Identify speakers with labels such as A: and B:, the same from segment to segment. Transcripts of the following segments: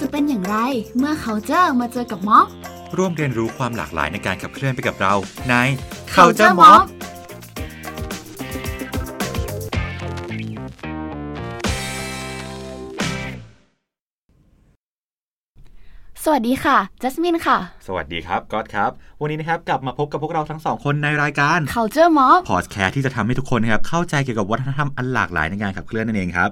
A: จะเป็นอย่างไรเมื่อเขาเจอมาเจอกับม็อบ
B: ร่วมเรียนรู้ความหลากหลายในการขับเคลื่อนไปกับเราใน
A: สวัสดีค่ะ จัสมินค่ะ
B: สวัสดีครับก๊อตครับ วันนี้นะครับกลับมาพบกับพวกเราทั้งสองคนในราย การ
A: Culture Mob
B: พอดแคสต์ที่จะทำให้ทุกคนนะครับเข้าใจเกี่ยวกับวัฒนธรรมอันหลากหลายในการขับเคลื่อนนั่นเองครับ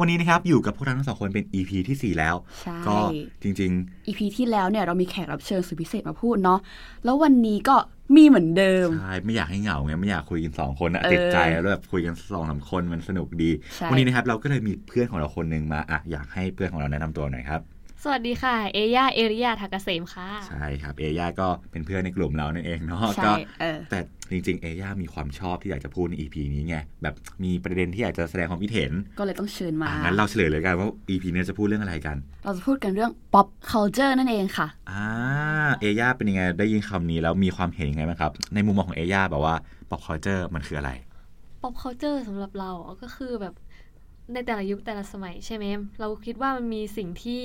B: วันนี้นะครับอยู่กับพวกเราทั้งสองคนเป็น EP ที่ 4 แล้ว
A: ใช่
B: ก็จริง
A: EP ที่แล้วเนี่ยเรามีแขกรับเชิญสุดพิเศษมาพูดเนาะแล้ววันนี้ก็มีเหมือนเดิม
B: ๆใช่ไม่อยากให้เหงาไงไม่อยากคุยกันสองคนอะ
A: เออ
B: ติดใจแล้วแบบคุยกันสองสามคนมันสนุกดี
A: ใช่
B: วันนี้นะครับเราก็เลยมีเพื่อนของเราคนหนึ่งมาอะอยากให้เพื่อนของเราแนะนำตัวหน่อยครับ
C: สวัสดีค่ะ เอย่าเอริยาทากเกษมค่ะ
B: ใช่ครับเอย่าก็เป็นเพื่อนในกลุ่มเรานั่นเองเนาะ
A: ใช่
B: ก็
A: เออ
B: แต่จริงๆ เอย่ามีความชอบที่อยากจะพูดใน EP นี้ไงแบบมีประเด็นที่อยากจะแสดงความคิดเห็น
A: ก็เลยต้องเชิญมา
B: อ่ะงั้นเราเฉลยเลยกันว่า EP นี้จะพูดเรื่องอะไรกัน
A: เราจะพูดกันเรื่อง pop culture นั่นเองค่ะ
B: อ่าเอย่าเป็นยังไงได้ยินคำนี้แล้วมีความเห็นยังไงบ้างครับ ในมุมมองของเอย่าแบบว่า pop culture มันคืออะไร
C: pop culture สำหรับเราอ่ะก็คือแบบในแต่ละยุคแต่ละสมัยใช่ไหม เราคิดว่ามันมีสิ่งที่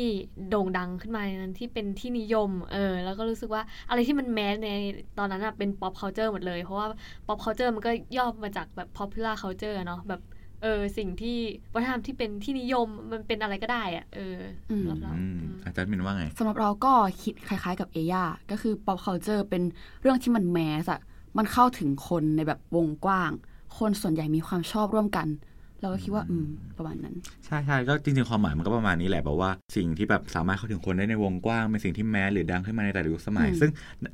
C: โด่งดังขึ้นมาในนั้นที่เป็นที่นิยม เออ แล้วก็รู้สึกว่าอะไรที่มันแมสในตอนนั้นอ่ะเป็น pop culture หมดเลย เพราะว่า pop culture มันก็ย่อมาจากแบบ popular culture อะเนาะ แบบ เออ สิ่งที่วัฒนธรรมที่เป็นที่นิยม มันเป็นอะไรก็ได้อ่ะ เออ
A: อืม
C: สำหรับเรา
B: อืม
C: อืม
B: อาจารย์มินว่าไง
A: สำหรับเราก็คิดคล้ายๆกับเอย่าก็คือ pop culture เป็นเรื่องที่มันแมสอะมันเข้าถึงคนในแบบวงกว้าง คนส่วนใหญ่มีความชอบร่วมกัน เราก็คิดว่า อืม ประมาณนั้น
B: ใช่ใช่ก็จริงๆ ความหมายมันก็ประมาณนี้แหละแบบว่าสิ่งที่แบบสามารถเข้าถึงคนได้ในวงกว้างเป็นสิ่งที่แมสหรือดังขึ้นมาในแต่ละยุคสมัย
A: อืม
B: ซึ่ง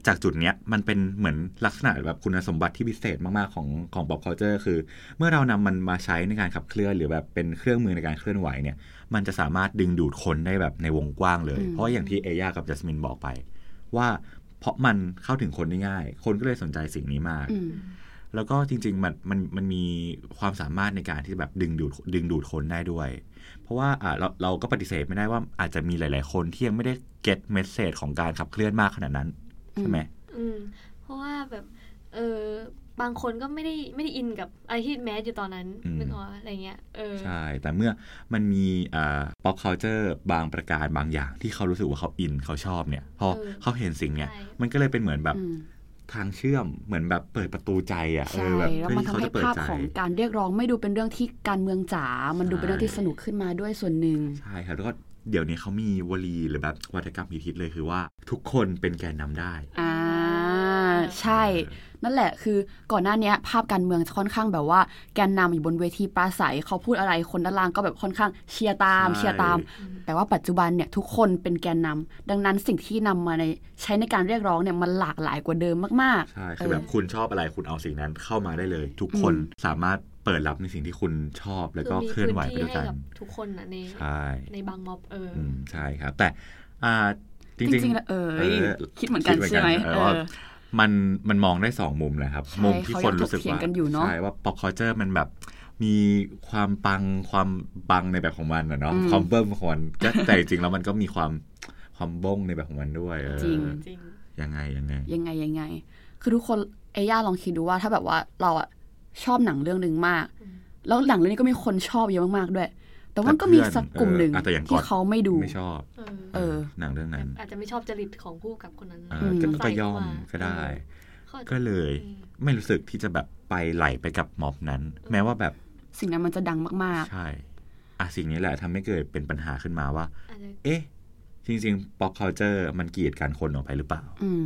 B: จากจุดเนี้ยมันเป็นเหมือนลักษณะแบบคุณสมบัติที่พิเศษมากๆ ของของ pop culture คือ เมื่อเรานำมันมาใช้ในการขับเคลื่อนหรือแบบเป็นเครื่องมือในการเคลื่อนไหวเนี่ยมันจะสามารถดึงดูดคนได้แบบในวงกว้างเลย เพราะอย่างที่เอย่ากับจัสมินบอกไป ว่าเพราะมันเข้าถึงคนได้ง่าย คนก็เลยสนใจสิ่งนี้มาก
A: อืม
B: แล้วก็จริงๆมันมันมันมีความสามารถในการที่แบบดึงดูดดึงดูดคนได้ด้วย เพราะว่าอ่ะเราเราก็ปฏิเสธไม่ได้ว่าอาจจะมีหลาย ๆ คนที่ยังไม่ได้เก็ตเมสเซจของการขับเคลื่อนมากขนาดนั้น ใช่ไหม
C: อืมเพราะว่าแบบเออบางคนก็ไม่ได้ไม่ได้อินกับอะไรที่แมสอยู่ตอนนั้น
B: อืม
C: นึกออกปะอะไรเงี้ยเออ
B: ใช่ แต่เมื่อมันมีอ่า pop culture บางประการบางอย่างที่เขารู้สึกว่าเขาอินเขาชอบเนี่ยพอเขาเห็นสิ่งเนี่ย
C: ใช่
B: มันก็เลยเป็นเหมือนแบบ
A: อืม
B: ทางเชื่อมเหมือนแบบเปิดประตูใจอ่ะเอ
A: ใช่
B: อแบบ
A: แล้ว
B: เฮ้ย
A: มันทำ
B: เขา
A: ให้
B: จะเปิด
A: ภาพ
B: ใจ
A: ของการเรียกร้องไม่ดูเป็นเรื่องที่การเมืองจ๋า มันดูเป็นเรื่องที่สนุกขึ้นมาด้วยส่วนหนึ่ง
B: ใช่ครับแล้วก็เดี๋ยวนี้เขามีวลีหรือแบบวัฒกรรมฮิตๆเลยคือว่า ทุกคนเป็นแกนนำได้
A: อ่า ใช่ นั่นแหละคือก่อนหน้าเนี้ยภาพการเมืองจะค่อนข้างแบบว่า แกนนำอยู่บนเวทีปราศัยเขาพูดอะไรคนด้านล่างก็แบบค่อนข้างเชียร์ตาม
B: ใช่
A: เชียร์ตาม แต่ว่าปัจจุบันเนี่ยทุกคนเป็นแกนนำดังนั้นสิ่งที่นำมาในใช้ในการเรียกร้องเนี่ยมันหลากหลายกว่าเดิมมาก
B: ใช่คือแบบ
A: เออ
B: คุณชอบอะไรคุณเอาสิ่งนั้นเข้ามาได้เลย ทุกคนสามารถเปิดรับในสิ่งที่คุณชอบแล้วก็
C: มี
B: เคลื่อนไหวไป
C: พื้
B: ด้วย
C: ให้
B: กัน
C: กับทุกคนนะใน
B: ใช่
C: ในบางม็อบเอออ
B: อืมใช่ครับ แต่อ่าจ
A: จ
B: ริ
A: ริ
B: ง
A: ง
B: ๆ
A: ๆแล้วเอ่ยคิดเหมือนกันใช่ไหม
B: เออว่า
A: เออ
B: มันมันมองได้สองมุมนะครับ
A: ใช่
B: มุมที่คนรู้สึก
A: เขายังถกเถีย
B: ว่าง
A: กันอยู่เนอะ
B: ใช่ว่า pop culture มันแบบมีความปังความบังในแบบของมันนะเนาะความเบิ้มของมันก็แต่จริงๆแล้วมันก็มีความความบงในแบบของมันด้วยเออ
A: จริง
C: จริง
B: ยังไงยังไง
A: ยังไงยังไง คือทุกคนเอย่าลองคิดดูว่าถ้าแบบว่าเราอะชอบหนังเรื่องหนึ่งมาก
C: อืม
A: แล้วหนังเรื่องนี้ก็มีคนชอบเยอะมากๆด้วย แต่ว่ามันก็มีสักกลุ่มหนึ่ง
B: เออแต่อย่างก่
A: ที่
B: อน
A: เขาไม่ดู
B: ไม่ชอบ
C: เออ
A: เออ
B: หนังเรื่องนั้น
C: อาจจะไม่ชอบจริตของผู้กับคนนั้น
B: เออ
A: ม
B: ก็
C: เาใส่
B: ก็ย่อม
C: ดีว่า
B: ก็ได้
C: เออเขาอาจจะ
B: ก็เลย
C: อืม
B: ไม่รู้สึกที่จะแบบไปไหลไปกับม็อบนั้น แม้ว่าแบบ
A: สิ่งนั้นมันจะดังมาก
B: ใช่อ่ะสิ่งนี้แหละทำให้เกิดเป็นปัญหาขึ้นมาว่า
C: อาจจะ
B: เอ๊ะ จริงๆ pop culture มันกีดกันคนออกไปหรือเปล่า
A: ๆ อืม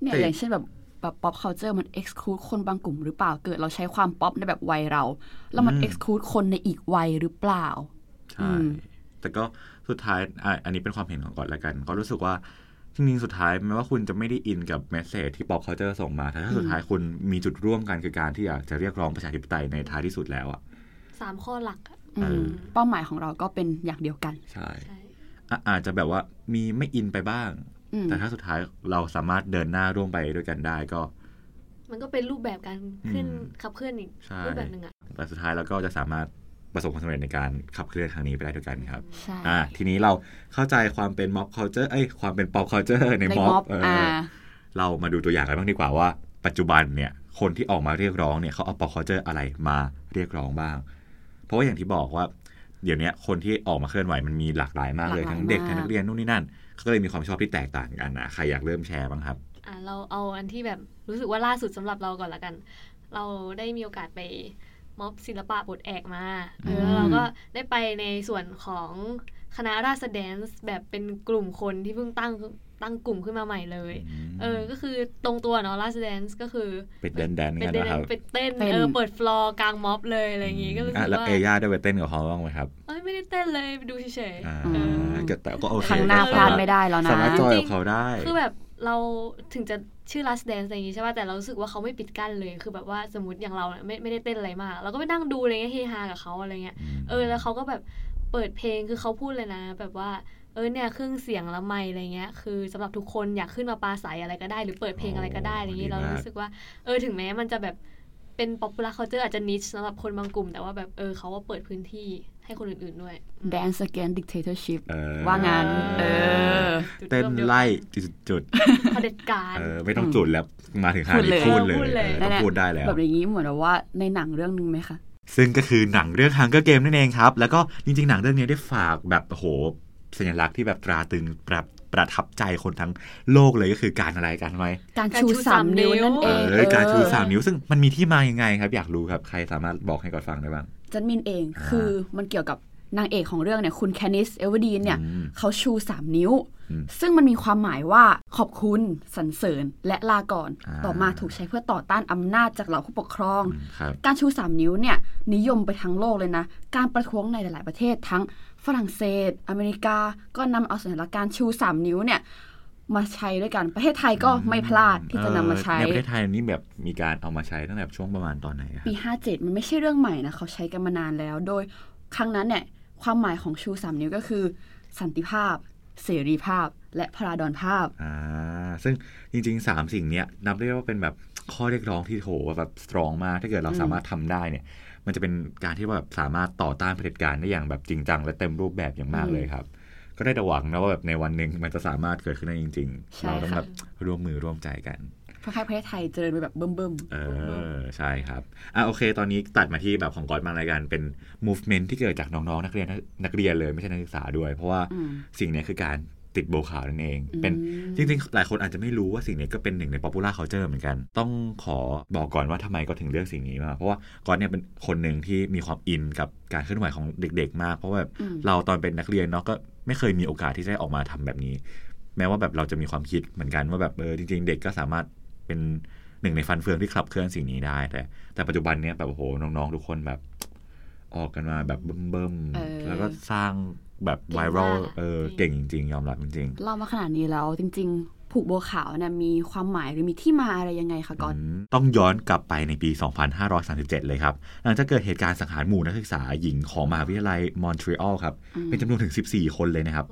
A: เนี่ย
B: แต่
A: อย่างเช่นแบบแบบ pop culture มัน exclude คนบางกลุ่มหรือเปล่า เกิดเราใช้ความ pop ในแบบวัยเรา แล้วมัน exclude คนในอีกวัยหรือเปล่า อื
B: ใช่
A: ม
B: แต่ก็สุดท้ายอ่ะอันนี้เป็นความเห็นของก่อนละกัน ก็รู้สึกว่าจริงๆสุดท้ายแม้ว่าคุณจะไม่ได้อินกับเมสเซจที่ pop culture ส่งมาแต่ถ้าสุดท้ายคุณมีจุดร่วมกันคือการที่อยากจะเรียกร้องประชาธิปไตยในท้ายที่สุดแล้วอ่ะ
C: สามข้อหลักอะ
A: อื
B: เอ
A: ม
B: อ
A: เป้าหมายของเราก็เป็นอย่างเดียวกัน
B: ใช่
C: ใช่
B: อ่ะอาจจะแบบว่ามีไม่อินไปบ้าง
A: อืม
B: แต่ถ้าสุดท้ายเราสามารถเดินหน้าร่วมไปด้วยกันได้ก็
C: มันก็เป็นรูปแบบการขึ้น
B: อืม
C: ขับเคลื่อนอีก
B: ใช่
C: รูปแบบหนึ่งอ่ะ
B: แต่สุดท้ายเราก็จะสามารถประสบความสำเร็จในการขับเคลื่อนทางนี้ไปได้ด้วยกันครับ
A: ใช่
B: อ่ะทีนี้เราเข้าใจความเป็น mob culture เอ้ยความเป็น pop culture ใน
A: ใน
B: mob
A: ม็อบ
B: เอออ
A: อ่า
B: เรามาดูตัวอย่างกันบ้างดีกว่าว่า ปัจจุบันเนี่ยคนที่ออกมาเรียกร้องเนี่ยเขาเอา pop culture อะไรมาเรียกร้องบ้าง เพราะว่าอย่างที่บอกว่า เดี๋ยวเนี้ยคนที่ออกมาเคลื่อนไหวมันมีหลากหลายมากเล
A: ห
B: ย
A: ลากหลาย
B: ทั้งเด็ก
A: มาก
B: ทั้งนักเรียนนู่นนี่นั่นก็เลยมีความชอบที่แตกต่างกันนะใครอยากเริ่มแชร์บ้างครับ
C: อ่ะเราเอาอันที่แบบรู้สึกว่าล่าสุดสำหรับเราก่อนละกัน เราได้มีโอกาสไปม็อบศิลปะบทแอกมาเออ
A: อืม
C: แล้วเราก็ได้ไปในส่วนของคณะราษฎรแบบเป็นกลุ่มคนที่เพิ่งตั้งตั้งกลุ่มขึ้นมาใหม่เลย เออ ก็คือตรงตัวเนาะ last dance ก็คือ
B: เป็นแดนๆ
C: เป็
B: กัน น
C: เต้น
B: นะครับ
C: เป็นเต้น
A: เป็น
C: เออ เปิดฟลอร์กลางม็อบเลยอะไรอย่างงี้ ก็รู้สึ
B: อ่ะ
C: ก
B: แล้ว
C: ว่า
B: เอย่าได้ไปเต้นกับเขาบ้างไหมครับ
C: เอ้ย ไม่ได้เต้นเลย ดูเฉย
B: อ่า
A: อืม
B: ก็แต่ก็โอเค
A: ครั้งหน้าพลาดไม่ได้แล้วนะ
B: สามารถจอย
C: จริ
B: กับ
C: งๆ
B: เขาได้
C: ๆ คือแบบเราถึงจะชื่อ last dance อะไรอย่างงี้ใช่ป่ะ แต่เรารู้สึกว่าเขาไม่ปิดกั้นเลย คือแบบว่าสมมติอย่างเราเนี่ยไม่ไม่ได้เต้นอะไรมาก เราก็ไปนั่งดูอะไรเงี้ยเฮฮากับเขาอะไรเงี้ย เออ แล้วเขาก็แบบเปิดเพลง คือเขาพูดเลยนะ แบบว่า เออ เนี่ยเครื่องเสียงและไมค์อะไรเงี้ย คือสำหรับทุกคนอยากขึ้นมาปราศัยอะไรก็ได้ หรือเปิดเพลงอะไรก็ได้อะไรอย่างงี้
B: โอ้
C: เรา
B: ดีมาก
C: รู้สึกว่า เออ ถึงแม้มันจะแบบเป็นป๊อปปูล่าเคาเจออาจจะนิชสำหรับคนบางกลุ่ม แต่ว่าแบบ เออเขาว่าเปิดพื้นที่ให้คนอื่นๆด้วยอืม
A: Dance Against Dictatorship
B: เออ
A: ว่างั้น เออ
B: เต้นไล่จุดๆ
C: เผด็จการ
B: เออไม่ต้องจุดแล้วมาถึงหา
A: พูด
B: นี่
A: เลย
B: พูดเลยเออ
C: พูดเลย
B: ต้องพูดได้แล้ว
A: แบบอย่างนี้เหมือนแบบว่าในหนังเรื่องนึงไหมคะ
B: ซึ่งก็คือหนังเรื่อง Hunger Game นั่นเองครับ แล้วก็จริงๆ หนังเรื่องนี้ได้ฝากแบบโอ้โหสัญลักษณ์ที่แบบตราตรึงประประทับใจคนทั้งโลกเลยก็คือการอะไรกันไหม
A: การ
C: การ
A: ชู
C: ชู
A: สา
C: สาม ม
A: นิ้ว
C: นิ้ว
A: นั่น
B: เอ
A: เอง
B: อการชู
A: เออ
B: สามนิ้วซึ่งมันมีที่มายังไงครับ อยากรู้ครับ ใครสามารถบอกให้กอดฟังได้บ้าง
A: จันมินเอง
B: อ่า
A: คือมันเกี่ยวกับนางเอกของเรื่องเนี่ยคุณแคนิสเอเวอร์ดีนเนี่ย
B: อืม
A: เขาชู 3 นิ้ว
B: อืม
A: ซึ่งมันมีความหมายว่าขอบคุณสรรเสริญและลาก่อน
B: อ่า
A: ต่อมาถูกใช้เพื่อต่อต้านอำนาจจากเหล่าผู้ปกครอง
B: อืมครับ
A: การชู 3 นิ้วเนี่ยนิยมไปทั้งโลกเลยนะ การประท้วงในหลาย ๆ ประเทศทั้งฝรั่งเศส อเมริกา ก็นำเอาสัญลักษณ์การชู 3 นิ้วเนี่ยมาใช้ด้วยกันประเทศไทยก็ไม่พลาดที่จะนำมาใช้
B: เออในประเทศไทยนี่แบบมีการเอามาใช้ตั้งแต่ช่วงประมาณตอนไหนครับ
A: ปี 57 มันไม่ใช่เรื่องใหม่นะ เขาใช้กันมานานแล้ว โดยครั้งนั้นเนี่ย ความหมายของชูสามนิ้วก็คือ สันติภาพ เสรีภาพ และพราดอนภาพ
B: อ่าซึ่งจริงๆสามสิ่งเนี้ยนับได้ว่าเป็นแบบข้อเรียกร้องที่โหแบบสตรองมากถ้าเกิดเรา
A: อืม
B: สามารถทำได้เนี่ย มันจะเป็นการที่แบบสามารถต่อต้านเผด็จการได้อย่างแบบจริงจังและเต็มรูปแบบอย่างมากเลยครับ ก็ได้แต่หวังนะว่าแบบในวันหนึ่งมันจะสามารถเกิดขึ้นได้จริง ๆ
A: ใช่
B: เราต้อง
A: ค่ะ
B: แบบร่วมมือร่วมใจกัน
A: คล้ายๆประเทศไทยเจริญไปแบบเบิ่ม
B: เออใช่ครับอ่ะโอเค ตอนนี้ตัดมาที่แบบของกอดมารายการเป็น movement ที่เกิดจากน้องๆนักเรียนนักเรียนเลยไม่ใช่นักศึกษาด้วย เพราะว่า
A: ๆอืม
B: สิ่งเนี้ยคือการติดโบว์ขาวนั่นเองเป็น จริงๆ หลายคนอาจจะไม่รู้ว่าสิ่งนี้ก็เป็นหนึ่งใน popular culture เหมือนกัน ต้องขอบอกก่อนว่าทำไมก็ถึงเลือกสิ่งนี้มา เพราะว่าก่อนเนี่ยเป็นคนหนึ่งที่มีความอินกับการเคลื่อนไหวของเด็ก ๆ มาก เพราะว่าแบบ
A: อืม
B: เราตอนเป็นนักเรียนเนาะก็ไม่เคยมีโอกาสที่จะได้ออกมาทำแบบนี้ แม้ว่าแบบเราจะมีความคิดเหมือนกันว่าแบบเออจริง ๆ เด็กก็สามารถเป็นหนึ่งในฟันเฟืองที่ขับเคลื่อนสิ่งนี้ได้ แต่แต่ปัจจุบันเนี่ยแบบโอ้โหน้องๆทุกคนแบบ ออกกันมาแบบเบิ่ม
A: เออ
B: ๆแล้วก็สร้างแบบ
C: เก่ง
B: ไว
C: มาก
B: รัล
C: อะ
B: เออ
C: จริ
B: เก่
C: ง
B: งจริง ๆ ยอมรับจริงๆ
A: เล่ามาขนาดนี้แล้วจริง ๆ ผูกโบวขาวเนี่ยมีความหมายหรือมีที่มาอะไรยังไงคะก่อน
B: มต้องย้อนกลับไปในปี 2537 เลยครับ หลังจากเกิดเหตุการณ์สังหารหมู่นักศึกษาหญิงของมหาวิทยาลัยมอนทรีออลครับ
A: อืม
B: เป็นจำนวนถึง 14 คนเลยนะครับ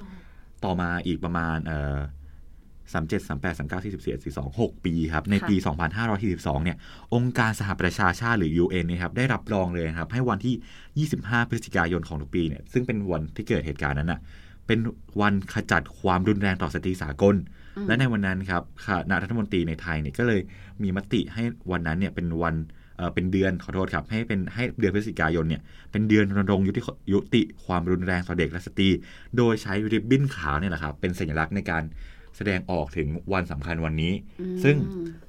B: ต่อมาอีกประมาณเอ่อสามเจ็ดสามแปดสามเก้าสี่สิบสี่สี่สองหกปีครับ ในปี 2542เนี่ย องค์การสหประชาชาติหรือ UN เนะครับ ได้รับรองเลยนะครับ ให้วันที่ 25 พฤศจิกายนของทุกปีเนี่ย ซึ่งเป็นวันที่เกิดเหตุการณ์นั้นน่ะ เป็นวันขจัดความรุนแรงต่อสตรีสากล
A: อืม
B: และในวันนั้นครับคณะรัฐมนตรีในไทยเนี่ยก็เลยมีมติให้วันนั้นเนี่ยเป็นวันเอ่อเป็นเดือนขอโทษครับให้เป็นให้เดือนพฤศจิกายนเนี่ยเป็นเดือนรณรงค์ยุติยุติความรุนแรงต่อเด็กและสตรี โดยใช้ริบบิ้นขาวเนี่ยแหละครับเป็นสัญลักษณ์ในการแสดงออกถึงวันสำคัญวันนี้
A: อืม
B: ซึ่ง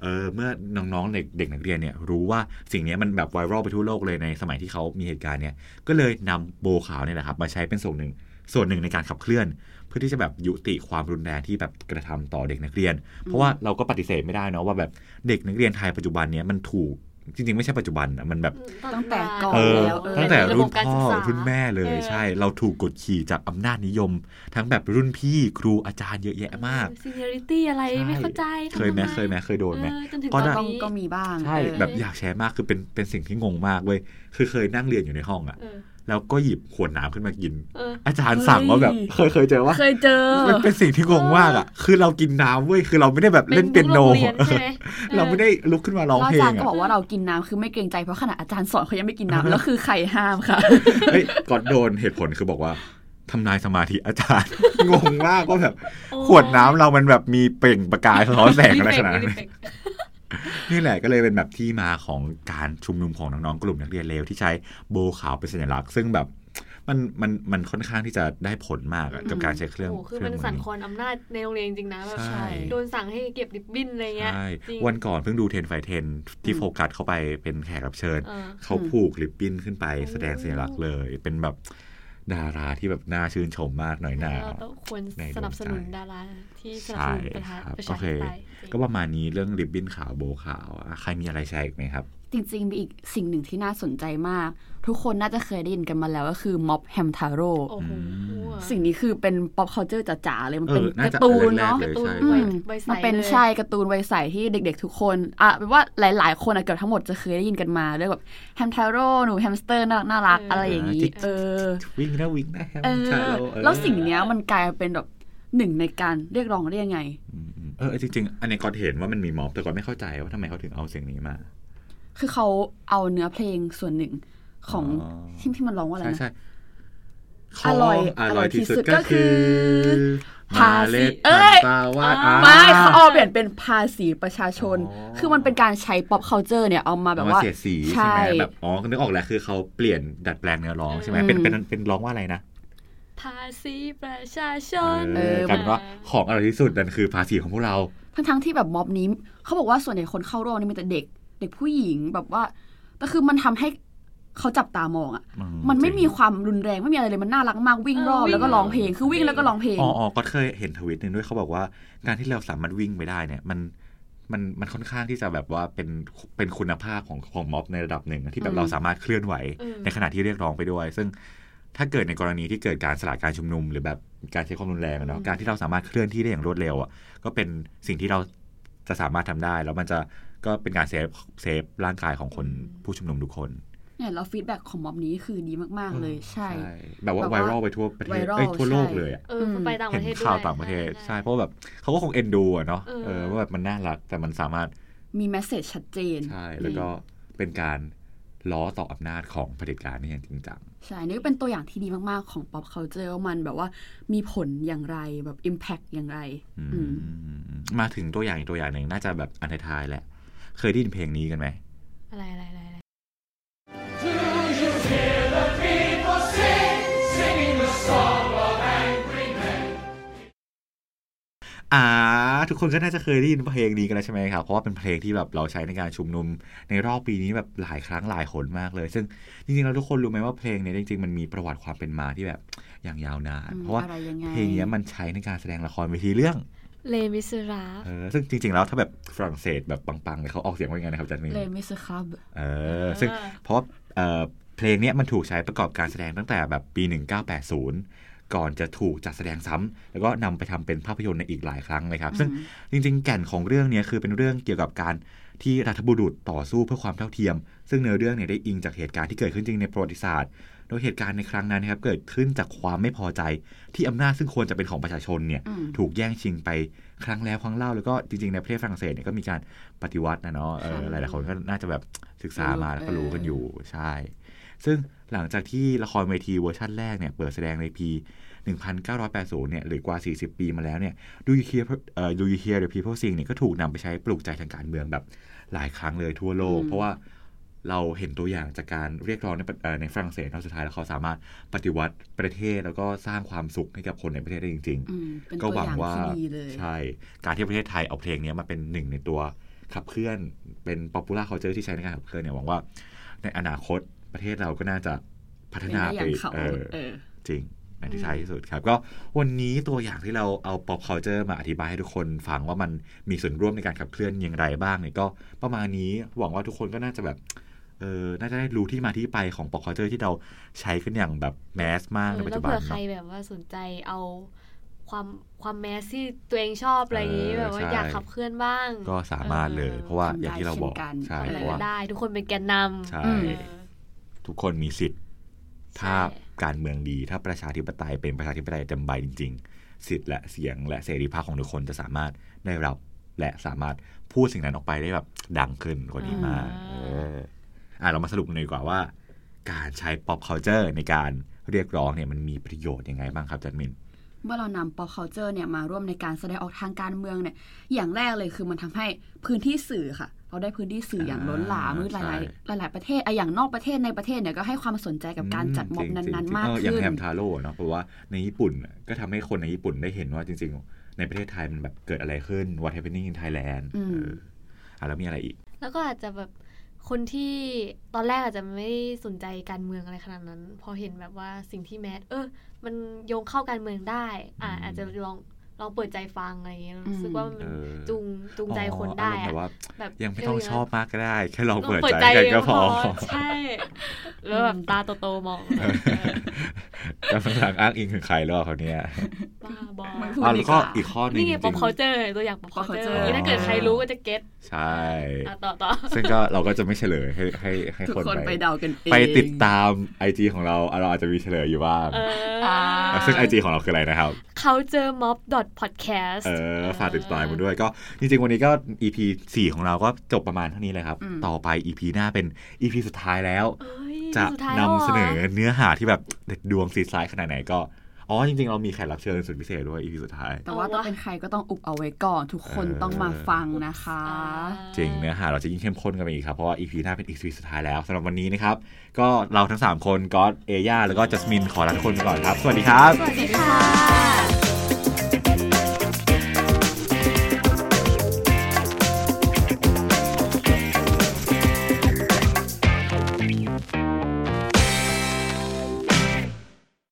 B: เออเมื่อน้องๆเด็กเด็กนักเรียนเนี่ยรู้ว่าสิ่งเนี้ยมันแบบไวรัลไปทั่วโลกเลยในสมัยที่เขามีเหตุการณ์เนี่ยก็เลยนำโบขาวเนี่ยแหละครับมาใช้เป็นส่วนหนึ่งส่วนหนึ่งในการขับเคลื่อน เพื่อที่จะแบบยุติความรุนแรงที่แบบกระทำต่อเด็กนักเรียน เพราะว่าเราก็ปฏิเสธไม่ได้เนาะว่าแบบเด็กนักเรียนไทยปัจจุบันเนี่ยมันถูกจริงๆ ไม่ใช่ปัจจุบันนะมันแบบ
A: ตั้งแต่ก่อน
B: เออ
A: แล้วเออ
B: ตั้งแต่
C: เป็ะบ
B: รุ่
C: บ
B: น
C: การ
B: พ่
C: ศึ
B: อก
C: ษา
B: รุ่นแม่เลย
C: เออ
B: ใช่ เราถูกกดขี่จากอำนาจนิยม ทั้งแบบรุ่นพี่ครูอาจารย์เยอะแยะมาก
C: ซีเนียริตี้อะไรไม่เข้าใจ
B: เคยไหม
C: ทำทำ
B: เคยไหมเคยโดนไหม
C: เออจนถึง
B: ก็
C: ตอน
B: ได้
A: ต้อง
C: นี้
A: ก็มีบ้าง
B: ใช่
A: เออ
B: แบบอยากแชร์มากคือเป็นเป็นสิ่งที่งงมากเว้ยคือเคยนั่งเรียนอยู่ในห้องอะ
C: เออ
B: แล้วก็หยิบขวดน้ำขึ้นมากิน
C: เออ
B: อาจารย์สั่งว่าแบบเคยเคยเจอว่า
A: เคยเจอ
B: มันเป็นสิ่งที่งงมากอะคือเรากินน้ำเว้ยคือเราไม่ได้แบบเล่นเปียโน
C: ทุกโรงเรียใช่ไหม
B: เราไม่ได้ลุกขึ้นมาร้อง
A: แล้ว
B: เพ
A: อา
B: ล
A: จารง ย์ก็
B: อะ
A: บอกว่าเรากินน้ำคือไม่เกรงใจเพราะขนาดอาจารย์สอนเขายังไม่กินน้ำแล้วคือใครห้ามค่ะ
B: เฮ้ยก่อนโดนเหตุผลคือบอกว่าทำนายสมาธิอาจารย์ งงมากว่าแบบ
C: โอ้ย
B: ขวดน้ำเรามันแบบมีเปล่งประกายสะท้อนแสงอะไรขนาด
C: รี
B: นั้น
C: เฟกซ์รีเฟกซ์
B: นี่แหละก็เลยเป็นแบบที่มาของการชุมนุมของน้องๆกลุ่มนักเรียนเลวที่ใช้โบว์ขาวเป็นสัญลักษณ์ ซึ่งแบบ มันมันมันค่อนข้างที่จะได้ผลมากอะ
C: อืม
B: กับการใช้เครื่อง
C: โอ้โหคือ
B: เครื่อ
C: มั
B: นงมือ
C: สั่น
B: นี้
C: คลอนอำนาจในโรงเรียนจริงๆนะแบบ
B: ใช่
C: โดนสั่งให้เก็บริบบิ้นอะไรเงี้ย
B: ใช่
C: จริง
B: วันก่อนเพิ่งดูเทนไฟเทนที่
A: อืม
B: โฟกัสเข้าไปเป็นแขกรับเชิญ
C: เออ
B: เขาผูกลิปปิ้นขึ้นไป
C: โอ้
B: แสดงสัญลักษณ์เลย เป็นแบบดาราที่แบบน่าชื่นชมมากหน่อยหนา
C: เราต้องควร
B: ในดวงใจ
C: สนับสนุนดาราที่สนับสนุนประ
B: ใช่
C: ชา
B: ครับ
C: ประ
B: โอ
C: ชาธิ
B: เค
C: ปไตยจริง
B: ก็ประมาณนี้เรื่องริบบิ้นขาวโบว์ขาวอ่ะใครมีอะไรแชร์อีกไหมครับ
A: จริงๆ มีอีกสิ่งหนึ่งที่น่าสนใจมาก ทุกคนน่าจะเคยได้ยินกันมาแล้วก็คือม็อบแฮมทาโร่
C: โอ้โห
B: อืม
A: สิ่งนี้คือเป็น pop culture จ๋าๆเลยมันเป็น
B: เออน่า
A: การ์
B: จะ
A: ตูน
B: อันแรกๆ
A: เนาะ
B: เลย
C: ตูน
B: ใช่
A: อืม
C: ใบใบใส
A: มันเป็น
C: ลย
A: ใช่การ์ตูนวัยใสที่เด็กๆทุกคนอ่ะแปลว่าหลายๆ คนอ่ะเกือบทั้งหมดจะเคยได้ยินกันมาเรื่องแบบแฮมทาโร่หนูแฮมสเตอร์น่ารักน่ารัก
C: เอออ
A: อะไรอย่างนี้ เออ
B: วิ่งนะวิ่งนะแฮม
A: เออ
B: ชาโลเออ
A: แล้วสิ่งเนี้ยมันกลายเป็นแบบหนึ่งในการเรียกร้องได้ยังไง
B: อืมอืมเออจริงๆ อันนี้ก่อนเห็นว่ามันมีม็อบแต่ก่อนไม่เข้าใจว่าทำไมเขาถึงเอาเสียงนี้มา
A: คือเขาเอาเนื้อเพลงส่วนหนึ่งของ
B: อ๋อ
A: ที่ที่มันร้องว่าอะไร
B: ใช่
A: นะ
B: ใช่
A: อร่อย
B: ขออร่อยที่สุด
A: อร่อยที่สุดก็
B: ก็
A: คื
B: คืออ
A: ภาษีเอ้
B: เอ้
A: ย
B: ยตาวาดอ่
A: ไม่เขาเอาเปลี่ยนเป็นภาษีประชาชน
B: อ๋อ
A: คือมันเป็นการใช้ pop culture เนี่ยเอามาแบ
B: เอา
A: บ
B: มา
A: ว่า
B: เสียดสีใช่ไหม
A: ใช่
B: แบบอ๋อนึกออกแล้วคือเขาเปลี่ยนดัดแปลงเนื้อร้องใช่ไหม
C: อืม
B: เป็นเป็นเป็นร้องว่าอะไรนะ
C: ภาษีประชาชน
B: เออ
A: เออ
B: กลายเป็นว่าของอร่อยที่สุดนั่นคือภาษีของพวกเรา
A: ทั้งทั้งๆที่แบบม็อบนี้เขาบอกว่าส่วนใหญ่คนเข้าร่วมนี่มีแต่เด็ก เด็กผู้หญิงแบบว่าแต่คือมันทำให้เขาจับตามองอะ
B: อื
A: มันไม่มี
B: จริง
A: ความรุนแรงไม่มีอะไรเลยมันน่ารักมากวิ่งรอบ
C: เออวิ่ง
A: แล้วก็ร้องเพลงคือวิ่งแล้วก็ร้องเพลง
B: อ๋ออ๋อก็เคยเห็นทวิตหนึ่งด้วยเขาบอกว่า การที่เราสามารถวิ่งไปได้เนี่ย มันมันมันค่อนข้างที่จะแบบว่าเป็นเป็นคุณภาพของของม็อบในระดับหนึ่งที่แบ
A: อื
B: บ
A: ม
B: เราสามารถเคลื่อนไหว
C: เออ
B: ในขณะที่เรียกร้องไปด้วย ซึ่งถ้าเกิดในกรณีที่เกิดการสลายการชุมนุม หรือแบบการใช้ความรุนแรงอะเนาะ
C: อืม
B: การที่เราสามารถเคลื่อนที่ได้อย่างรวดเร็วอ่ะก็เป็นสิ่งที่เราจะสามารถทำได้ แล้วมันจะก็เป็นการเซฟเซฟร่างกายของคนผู้ชุมนุมทุกคน
A: เนี่ยแล้วฟีดแบ็กของม็อบนี้คือดีมากๆเลยใช่
B: แบบว่า
A: แบบ
B: ไว
A: ว่า
B: รัลไปทั่วประเทศ
A: ไวรัล
B: เอ้ยทั่วโลก
A: ใช่
B: เลยอะ
C: เออไปต่างป
B: เห็น
C: ระเทศด้วย
B: ข่าวต่างประเทศ ใช่ เพราะว่าแบบเขาก็คงเอ็นดูอะเนาะ
C: เออ
B: เออว่าแบบมันน่ารัก แต่มันสามารถ
A: มีแมสเซจชัดเจน
B: ใช่แล้วก็เป็นการล้อต่ออำนาจของเผด็จการนี่อย่างจริงจัง
A: ใช่นี่ก็เป็นตัวอย่างที่ดีมากๆของ pop culture ว่ามันแบบว่ามีผลอย่างไรแบบ impact อย่างไร อืม
B: มาถึงตัวอย่างอีกตัวอย่างหนึ่งน่าจะแบบอันท้ายๆแหละ เคยได้ยินเพลงนี้กันไหม
C: อะไรอะไรอะไรอะไร
B: อ่า ทุกคนก็น่าจะเคยได้ยินเพลงนี้กันแล้วใช่ไหมครับ เพราะว่าเป็นเพลงที่แบบเราใช้ในการชุมนุมในรอบปีนี้แบบหลายครั้งหลายหนมากเลย ซึ่งจริงๆเราทุกคนรู้ไหมว่าเพลงเนี้จริงๆมันมีประวัติความเป็นมาที่แบบอย่างยาวนาน
A: อืม
B: เพราะว่า
A: อะไรยังไง
B: เพลงเนี้ยมันใช้ในการแสดงละครเวทีเรื่อง
C: เลมิสราฟ
B: เออซึ่งจริง ๆ แล้วถ้าแบบฝรั่งเศสแบบปังๆเนี่ยเขาออกเสียงว่ายังไงนะครับอาจันมิน
A: เลยมิสครับ
B: เออซึ่งเพราะเอ่อเพลงเนี้ยมันถูกใช้ประกอบการแสดงตั้งแต่แบบปี 1980 ก่อนจะถูกจัดแสดงซ้ำแล้วก็นำไปทำเป็นภาพยนตร์ในอีกหลายครั้งเลยครับ ซึ่งจริงๆ แก่นของเรื่องเนี้ยคือเป็นเรื่องเกี่ยวกับการที่รัฐบุรุษต่อสู้เพื่อความเท่าเทียม ซึ่งเนื้อเรื่องเนี่ยได้อิงจากเหตุการณ์ที่เกิดขึ้นจริงในประวัติศาสตร์ โดยเหตุการณ์ในครั้งนั้นนะครับเกิดขึ้นจากความไม่พอใจที่อำนาจซึ่งควรจะเป็นของประชาชนเนี่ย
A: อืม
B: ถูกแย่งชิงไปครั้งแล้วครั้งเล่าแล้วก็จริงๆ ในประเทศฝรั่งเศสเนี่ยก็มีการปฏิวัตินะเนาะเออ
A: ค่ะ
B: หลายๆคนก็น่าจะแบบศึกษามาแล้วก็
A: รู้
B: รู้กันอยู่ใช่ ซึ่งหลังจากที่ละครเวทีเวอร์ชันแรกเนี่ยเปิดแสดงในปี 1980 เนี่ยหรือกว่า 40 ปีมาแล้วเนี่ยดูยูเคียเอ่อดูยูเคียหรือพีเพิลซิงเนี่ยก็ถูกนำไปใช้ปลูกใจทางการเมืองแบบหลายครั้งเลยทั่วโลก
A: อืม
B: เพราะว่าเราเห็นตัวอย่างจากการเรียกร้องในประเอ่อในฝรั่งเศสแล้วสุดท้ายแล้วเขาสามารถปฏิวัติประเทศแล้วก็สร้างความสุขให้กับคนในประเทศได้จริง ๆ
A: อืมเป็น
B: ก็
A: ตัว
B: หวั
A: อย่าง ง
B: ว่า
A: ที่ดีเลย
B: ใช่ การที่ประเทศไทยเอาเพลงเนี้ยมาเป็นหนึ่งในตัวขับเคลื่อนเป็นป๊อปปูล่าเคาเจอที่ใช้ในการขับเคลื่อนเนี่ยหวังว่า ในอนาคตประเทศเราก็น่าจะพัฒ
A: เป็น
B: นา
A: ได้อ
B: ไป
A: ย่างเขา
B: เออ
A: เออ
B: จริงอันที่ท้ายที่สุดครับ ก็วันนี้ตัวอย่างที่เราเอา pop culture มาอธิบายให้ทุกคนฟังว่ามันมีส่วนร่วมในการขับเคลื่อนอย่างไรบ้างเนี่ยก็ประมาณนี้หวังว่าทุกคนก็น่าจะแบบเออน่าจะได้รู้ที่มาที่ไปของ pop culture ที่เราใช้กันอย่างแบบแมสมากในปัจ
C: แล้ว
B: จุบัน
C: เผื่อใคร
B: เนาะ
C: แบบว่าสนใจเอาความความแมสที่ตัวเองชอบอะไรอย่างนี้
B: เออ
C: แบบว่า
B: ใช่
C: อยากขับเคลื่อนบ้าง
B: ก็สามารถเลย เพราะว่าอย่างที่เราบอก
A: ทำได้เช่นกัน
B: ใช่
C: อะไร
B: เพราะ
C: ก็
B: ว่า
C: ได้ ทุกคนเป็นแกนนำ
B: ใช่
A: อืม
C: เออ
B: ทุกคนมีสิทธิ์ ถ้า
C: ใช่
B: การเมืองดี ถ้าประชาธิปไตยเป็นประชาธิปไตยเต็มใบจริง ๆ สิทธิ์และเสียงและเสรีภาพของทุกคนจะสามารถได้รับ และสามารถพูดสิ่งนั้นออกไปได้แบบดังขึ้นกว่านี้มากเอออ่ะเรามาสรุปกันเลยดีกว่าว่า การใช้ pop culture ในการเรียกร้องเนี่ยมันมีประโยชน์ยังไงบ้างครับจันมิน
A: เมื่อเรานำ pop culture เนี่ยมาร่วมในการแสดงออกทางการเมืองเนี่ย อย่างแรกเลยคือมันทำให้พื้นที่สื่อค่ะ เราได้พื้นที่สื่ออย่างล้นหลามห
B: อ่า
A: รือหลาย
B: ใช่
A: หลายหลาย ๆ ประเทศไอะอย่างนอกประเทศในประเทศเนี่ยก็ให้ความสนใจกับการจัดม็อบ
B: จริงๆ
A: นั้น
B: จ
A: ๆ
B: ริงๆ
A: มาก
B: เอออย่า
A: ขึ้
B: ง
A: น
B: แฮมทาโร่เนาะเพราะว่าในญี่ปุ่นน่ะก็ทำให้คนในญี่ปุ่นได้เห็นว่าจริง ๆ ในประเทศไทยมันแบบเกิดอะไรขึ้น what happening in Thailand
A: อืม
B: เอออ่ะแล้วมีอะไรอีก
C: แล้วก็อาจจะแบบคนที่ตอนแรกอาจจะไม่ได้สนใจการเมืองอะไรขนาดนั้น พอเห็นแบบว่าสิ่งที่แมสเออ มันโยงเข้าการเมืองได้ อ่า
B: อืม
C: อาจจะลองลลองเปิดใจฟังอะไรอย่างเงี้ยรู้สึกว่ามัน
B: เออ
C: จูงจูงใจคนได้
B: อ๋ออารมณ์แบ
C: อะ
B: บว่า
C: แบบ
B: ยังไม่ต้อง
C: เ
B: ชอบมากก็ได้ แค่ลอง
C: ลอง
B: เปิด
C: เปิด
B: ใจ
C: ใจ
B: กันก็พอ
C: ใช่แล้วแบบตาโตๆมอง
B: เออ กำลังอ้างอิงถึงใครหรอเขาเนี่ย
C: บ้าบอ
A: ไม่พู
B: เอาแล้วก็
A: ดีกว่า
B: อีกข้อหนึง
C: นี่ไง
B: จ
C: pop
B: ริง
C: culture ตัวอย่าง pop
A: pop
C: culture
A: culture
C: นี่ถ้าเกิดใครรู้ก็จะเก็ต
B: ๆใช่
C: อ่ะต่อต่อ
B: ซึ่งก็เราก็จะไม่เฉลยให้ให้ให้
A: ทุก
B: คน
A: คนไป
B: ไป
A: เดากันเอง
B: ไปติดตาม IG ของเราอ่ะเราอาจจะมีเฉลยอยู่บ้าง
C: เออ
A: อ่า
B: อ่ะซึ่ง IG ของเราคืออะไรนะครับ
C: เขาเจอ mob dot podcast
B: เออฝากติดตามมาด้วยก็จริงๆ วันนี้ก็ EP 4 ของเราก็จบประมาณเท่านี้เลยครับ
A: อืม
B: ต่อไป EP หน้าเป็น EP สุดท้ายแล้ว
C: เอ้ย
B: จะ
C: สุดท้าย
B: นำ
C: แล้วหร
B: เสนอเนื้อหาที่แบบเด็ดดวงซีดไซส์ขนาดไหนก็ อ๋อ จริงๆ เรามีแขกรับเชิญสุดพิเศษด้วย EP สุดท้าย
A: แต่ว่าต้องเป็นใครก็ต้องอุบเอาไว้ก่อน ทุกคน
B: เออ
A: ต้องมาฟังนะคะ
C: อ่า
B: จริงเนื้อหาเราจะยิ่งเข้มข้นกันไปอีกครับ เพราะว่า EP หน้าเป็น EP สุดท้ายแล้วสำหรับวันนี้นะครับ ก็เราทั้ง 3 คนก็อตเอย่าแล้วก็จัสมินขอลาทุกคนไปก่อนครับ สวัสดีครับ
C: สวัสดีค่ะ